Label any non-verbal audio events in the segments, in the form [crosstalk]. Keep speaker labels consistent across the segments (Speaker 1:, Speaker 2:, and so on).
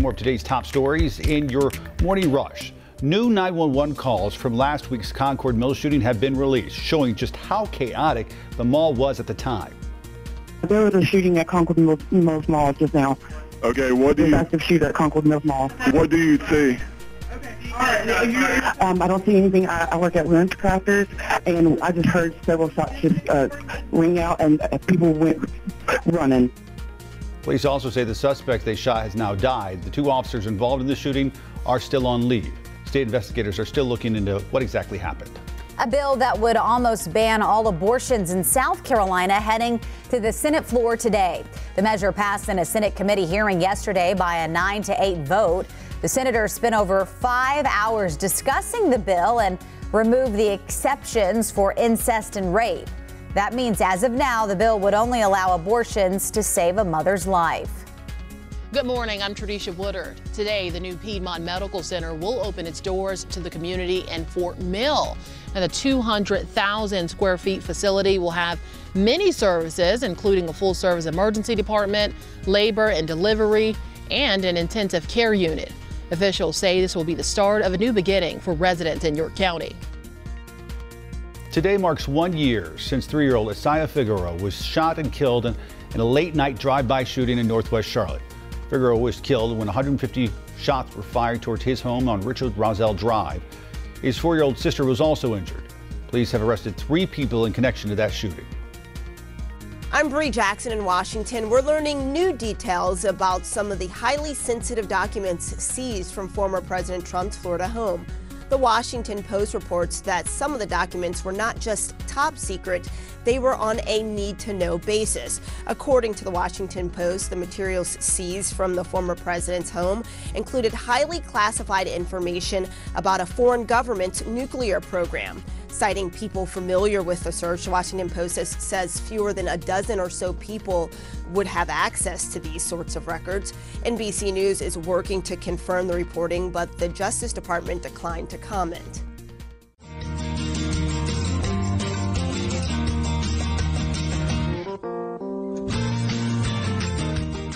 Speaker 1: More of today's top stories in your morning rush. New 911 calls from last week's Concord Mill shooting have been released, showing just how chaotic the mall was at the time.
Speaker 2: There was a shooting at Concord Mills, Mills Mall just now.
Speaker 3: Okay, what do
Speaker 2: There's an
Speaker 3: you
Speaker 2: active shooter at Concord Mills Mall.
Speaker 3: what do you see?
Speaker 2: Um, I don't see anything. I, I work at lunch crafters, and I just heard several shots just uh, ring out, and uh, people went running.
Speaker 1: Police also say the suspect they shot has now died. The two officers involved in the shooting are still on leave. State investigators are still looking into what exactly happened.
Speaker 4: A bill that would almost ban all abortions in South Carolina heading to the Senate floor today. The measure passed in a Senate committee hearing yesterday by a 9 to 8 vote. The senators spent over five hours discussing the bill and removed the exceptions for incest and rape. That means, as of now, the bill would only allow abortions to save a mother's life.
Speaker 5: Good morning. I'm Tradisha Woodard. Today, the new Piedmont Medical Center will open its doors to the community in Fort Mill. And the 200,000 square feet facility will have many services, including a full service emergency department, labor and delivery, and an intensive care unit. Officials say this will be the start of a new beginning for residents in York County.
Speaker 1: Today marks one year since three year old Isaiah Figueroa was shot and killed in, in a late night drive by shooting in northwest Charlotte. Figueroa was killed when 150 shots were fired towards his home on Richard Roselle Drive. His four year old sister was also injured. Police have arrested three people in connection to that shooting.
Speaker 6: I'm Bree Jackson in Washington. We're learning new details about some of the highly sensitive documents seized from former President Trump's Florida home. The Washington Post reports that some of the documents were not just top secret, they were on a need to know basis. According to the Washington Post, the materials seized from the former president's home included highly classified information about a foreign government's nuclear program. Citing people familiar with the search, Washington Post says- says fewer than a dozen or so people would have access to these sorts of records. NBC News is working to confirm the reporting, but the Justice Department declined to comment.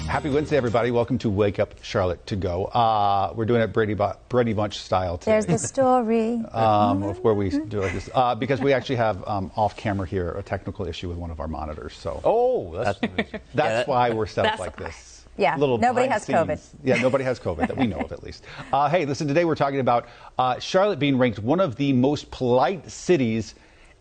Speaker 1: Happy Wednesday, everybody. Welcome to Wake Up Charlotte to Go. Uh, we're doing it Brady, Bu- Brady Bunch style today.
Speaker 7: There's the story.
Speaker 1: [laughs] um, of where we do like this uh, because we actually have um, off camera here a technical issue with one of our monitors. So
Speaker 8: Oh, that's,
Speaker 1: that's
Speaker 8: that-
Speaker 1: why we're set up
Speaker 7: That's
Speaker 1: like this.
Speaker 4: yeah, nobody
Speaker 1: behind
Speaker 4: has
Speaker 1: the
Speaker 4: COVID.
Speaker 1: scenes. Yeah, nobody has COVID that we know of at
Speaker 4: [laughs]
Speaker 1: least. Uh, hey, listen, today we're talking about uh, Charlotte being ranked one of the most polite cities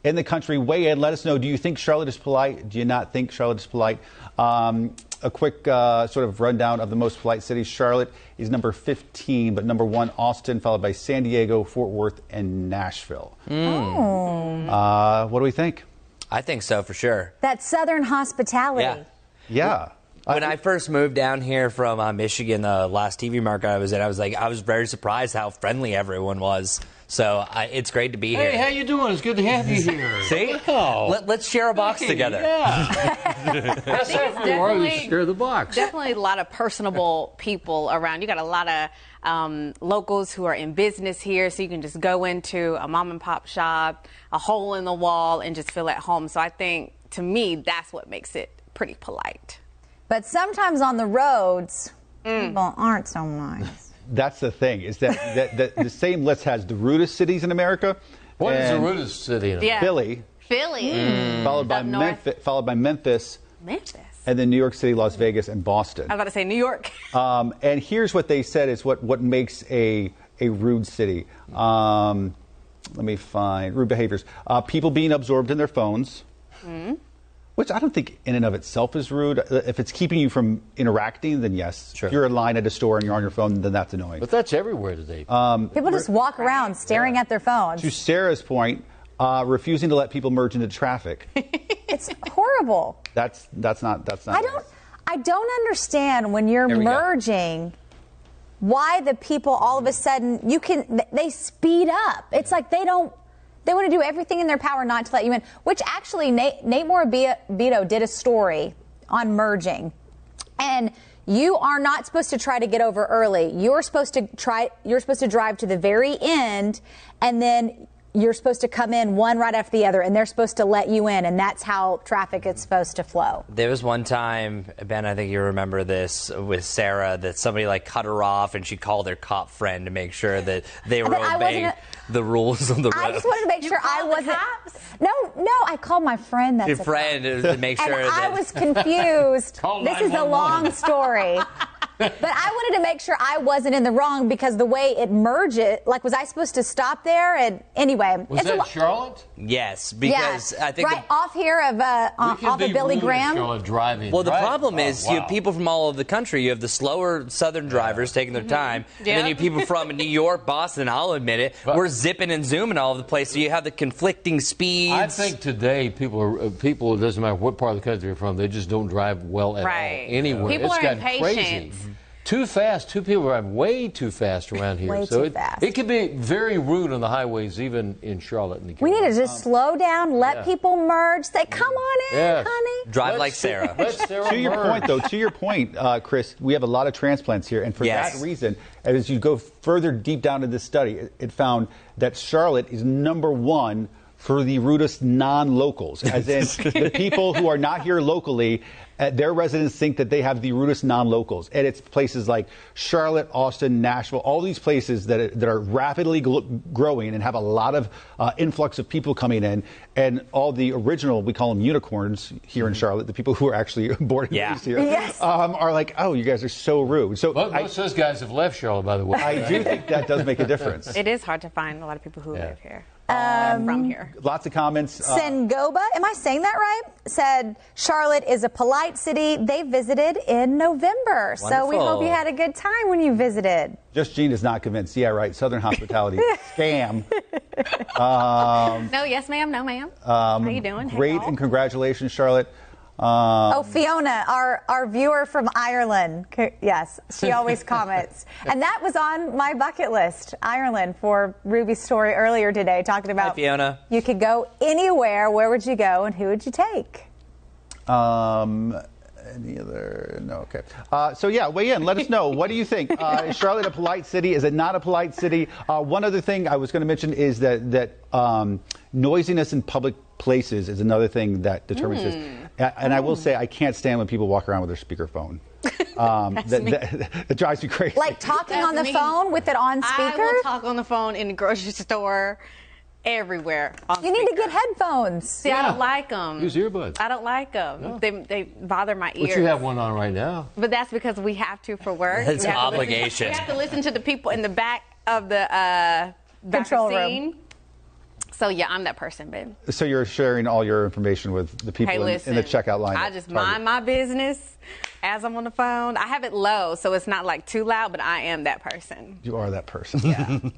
Speaker 1: in the country. Weigh in, let us know. Do you think Charlotte is polite? Do you not think Charlotte is polite? Um, a quick uh, sort of rundown of the most polite cities. Charlotte is number 15, but number one, Austin, followed by San Diego, Fort Worth, and Nashville.
Speaker 4: Mm.
Speaker 1: Uh, what do we think?
Speaker 8: I think so for sure.
Speaker 4: That Southern hospitality.
Speaker 8: Yeah.
Speaker 1: Yeah.
Speaker 8: When I first moved down here from uh, Michigan, the last TV market I was in, I was like, I was very surprised how friendly everyone was. So I, it's great to be here.
Speaker 9: Hey, how you doing? It's good to have you here.
Speaker 8: [laughs] See?
Speaker 9: Wow.
Speaker 8: Let, us share a box
Speaker 9: Hey,
Speaker 8: together.
Speaker 9: Yeah. That's how we were. We
Speaker 10: definitely-
Speaker 9: share the box.
Speaker 10: Definitely a lot
Speaker 9: [laughs]
Speaker 10: of personable people around. You got a lot of um, locals who are in business here, so you can just go into a mom and pop shop, a hole in the wall, and just feel at home. So I think to me, that's what makes it pretty polite.
Speaker 4: But sometimes on the roads,
Speaker 7: Mm.
Speaker 4: people aren't so nice.
Speaker 1: That's the thing is that, that, that the same list has the rudest cities in America.
Speaker 9: What is the
Speaker 1: and
Speaker 9: rudest city in
Speaker 10: Yeah.
Speaker 1: Philly,
Speaker 10: Philly,
Speaker 9: Mm.
Speaker 1: followed by
Speaker 10: Up north.
Speaker 1: Memphis, followed by Memphis,
Speaker 10: Memphis.
Speaker 1: and then New York City, Las Vegas, and Boston.
Speaker 10: I was about to say
Speaker 9: [laughs]
Speaker 10: New York. [laughs]
Speaker 1: Um, and here's what they said is what, what makes a, a rude city. Um, let me find rude behaviors. Uh, people being absorbed in their phones,
Speaker 10: Mm-hmm.
Speaker 1: which I don't think in and of itself is rude. Uh, If it's keeping you from interacting, then yes.
Speaker 8: Sure.
Speaker 1: If you're in line at a store and you're on your phone, then that's annoying.
Speaker 9: But that's everywhere today.
Speaker 4: People just walk around staring at their phones.
Speaker 1: to Sarah's point, uh, refusing to let people merge into
Speaker 4: [laughs]
Speaker 1: traffic.
Speaker 4: It's horrible.
Speaker 1: that's that's not that's not.
Speaker 4: I don't I don't understand when you're
Speaker 8: Here we go.
Speaker 4: merging why the people all of a sudden you can they speed up. It's like they don't they want to do everything in their power not to let you in, which actually Nate, Nate Morabito did a story on merging. And you are not supposed to try to get over early. You're supposed to try you're supposed to drive to the very end and then you're supposed to come in one right after the other, and they're supposed to let you in, and that's how traffic is supposed to flow.
Speaker 8: There was one time, Ben, I think you remember this with Sarah, that somebody like cut her off and she called her cop friend to make sure that they were
Speaker 4: But I wasn't
Speaker 8: obeying
Speaker 4: a-
Speaker 8: the rules of the
Speaker 4: I
Speaker 8: road.
Speaker 4: just wanted to make
Speaker 10: You
Speaker 4: sure I
Speaker 10: called the
Speaker 4: wasn't.
Speaker 10: cops?
Speaker 4: No, no, I called my friend. That's [laughs]
Speaker 8: Your
Speaker 4: a cop.
Speaker 8: friend to make sure
Speaker 4: and I
Speaker 8: that
Speaker 4: was confused.
Speaker 9: [laughs] Call
Speaker 4: this is a
Speaker 9: 911.
Speaker 4: long story. but I wanted to make sure I wasn't in the wrong because the way it merged it, like, was I supposed to stop there? And anyway,
Speaker 9: Was
Speaker 4: it's a
Speaker 9: that
Speaker 4: lo-
Speaker 9: Charlotte?
Speaker 8: yes,
Speaker 4: Yeah,
Speaker 8: because I think
Speaker 4: right
Speaker 8: the,
Speaker 4: off here of uh,
Speaker 9: We can
Speaker 4: off
Speaker 9: be
Speaker 4: of
Speaker 9: rude
Speaker 4: Billy
Speaker 9: in
Speaker 4: Graham.
Speaker 9: Charlotte driving.
Speaker 8: Well, the
Speaker 9: right?
Speaker 8: problem is
Speaker 9: Oh,
Speaker 8: you
Speaker 9: wow.
Speaker 8: have people from all over the country. You have the slower Southern drivers taking
Speaker 4: Mm-hmm.
Speaker 8: their time, and then
Speaker 10: Yeah.
Speaker 8: you have
Speaker 4: [laughs]
Speaker 8: people from New York, Boston. I'll admit it.
Speaker 9: But-
Speaker 8: we're zipping and zooming all over the place, so you have the conflicting speeds.
Speaker 9: I think today people are uh, people. It doesn't matter what part of the country you're from. They just don't drive well at
Speaker 10: Right.
Speaker 9: all anywhere.
Speaker 10: People
Speaker 9: it's
Speaker 10: are
Speaker 9: gotten crazy.
Speaker 10: impatient.
Speaker 9: Too fast. Two people drive way too fast around here.
Speaker 4: Way
Speaker 9: so
Speaker 4: too
Speaker 9: it,
Speaker 4: fast.
Speaker 9: it can be very rude on the highways, even in Charlotte and the.
Speaker 4: We need to
Speaker 9: Carolinas.
Speaker 4: just slow down, let
Speaker 9: Yeah.
Speaker 4: people merge. Say, come on in,
Speaker 9: Yes.
Speaker 4: honey.
Speaker 8: drive
Speaker 9: Let's-
Speaker 8: like Sarah.
Speaker 9: [laughs] let's Sarah
Speaker 1: to your
Speaker 9: Murray.
Speaker 1: point, though, to your point, uh, Chris, we have a lot of transplants here, and for
Speaker 8: Yes.
Speaker 1: that reason, as you go further deep down in this study, it, it found that Charlotte is number one for the rudest non-locals, as in the people who are not here locally. Uh, their residents think that they have the rudest non-locals, and it's places like Charlotte, Austin, Nashville, all these places that that are rapidly gl- growing and have a lot of uh, influx of people coming in, and all the original we call them unicorns here in Charlotte, the people who are actually [laughs] born and
Speaker 8: Yeah.
Speaker 1: raised here,
Speaker 4: Yes.
Speaker 1: um, are like, oh, you guys are so rude. So
Speaker 9: But
Speaker 1: I,
Speaker 9: most of those guys have left Charlotte, by the way.
Speaker 1: I do think that does make a difference.
Speaker 10: It is hard to find a lot of people who
Speaker 9: Yeah.
Speaker 10: live here. Um, from here.
Speaker 1: Lots of comments. Uh,
Speaker 4: Sengoba, am I saying that right? Said Charlotte is a polite city. They visited in November. So we hope you
Speaker 8: Wonderful.
Speaker 4: had a good time when you visited.
Speaker 1: Just Gene is not convinced. Yeah, right. Southern
Speaker 10: [laughs]
Speaker 1: hospitality scam.
Speaker 10: No, yes, ma'am. No, ma'am. How you doing? Hey,
Speaker 1: Um, Great
Speaker 10: y'all.
Speaker 1: and congratulations, Charlotte. Uh, Um,
Speaker 4: oh, Fiona, our, our viewer from Ireland. C- Yes,
Speaker 1: [laughs]
Speaker 4: she always comments. And that was on my bucket list, Ireland, for Ruby's story earlier today, talking about
Speaker 8: Fiona.
Speaker 4: You could go anywhere. Where would you go and who would you take?
Speaker 1: Um, any other? No, okay. Uh, so, yeah, weigh in. Let us know. What do you think? Uh,
Speaker 10: [laughs]
Speaker 1: is Charlotte a polite city? Is it not a polite city? Uh, one other thing I was going to mention is that, that um, noisiness in public places is another thing that determines this.
Speaker 10: Hmm.
Speaker 1: A- And I will say, I can't stand when people walk around with their
Speaker 10: [laughs]
Speaker 1: speakerphone. Um, that, that, [laughs] that drives me crazy.
Speaker 4: Like talking
Speaker 10: That's
Speaker 4: on the
Speaker 10: me.
Speaker 4: phone with it on
Speaker 10: I
Speaker 4: speaker?
Speaker 10: will talk on the phone in the grocery store, everywhere. on
Speaker 4: you need to
Speaker 10: speaker.
Speaker 4: get headphones.
Speaker 10: See, I
Speaker 9: Yeah.
Speaker 10: don't like them.
Speaker 9: Use earbuds.
Speaker 10: I don't like them. They, they bother my ears.
Speaker 9: But you have one on right now.
Speaker 10: But that's because we have to for work.
Speaker 8: That's
Speaker 10: We have to listen-
Speaker 8: obligation.
Speaker 10: we have to listen to the people in the back of the uh, back
Speaker 4: Control room.
Speaker 10: scene. So yeah, I'm that person, babe.
Speaker 1: So you're sharing all your information with the people
Speaker 10: Hey,
Speaker 1: in-
Speaker 10: listen.
Speaker 1: in, the checkout line.
Speaker 10: I
Speaker 1: at
Speaker 10: just
Speaker 1: Target.
Speaker 10: mind my business as I'm on the phone. I have it low, so it's not like too loud, but I am that person.
Speaker 1: You are that person.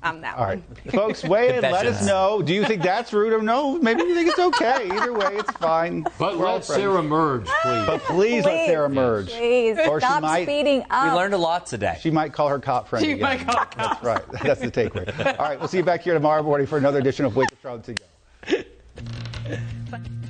Speaker 1: [laughs]
Speaker 10: I'm that
Speaker 1: All
Speaker 10: one.
Speaker 1: right, folks, weigh in. Let us
Speaker 8: Confessions.
Speaker 1: know. Do you think that's rude or no? Maybe you think it's okay. Either way, it's fine.
Speaker 9: But
Speaker 1: We're all
Speaker 9: let
Speaker 1: friends.
Speaker 9: Sarah merge, please.
Speaker 1: But please, let
Speaker 4: Please.
Speaker 1: Sarah merge.
Speaker 4: Please
Speaker 1: Or she
Speaker 4: stop
Speaker 1: might-
Speaker 4: speeding
Speaker 8: we
Speaker 4: up.
Speaker 8: learned a lot today.
Speaker 1: She might call her cop friend.
Speaker 8: She
Speaker 1: again.
Speaker 8: might call
Speaker 1: That's right. [laughs] That's the takeaway. All right, we'll see you back here tomorrow morning for another edition of Wake Up Charlotte to Go.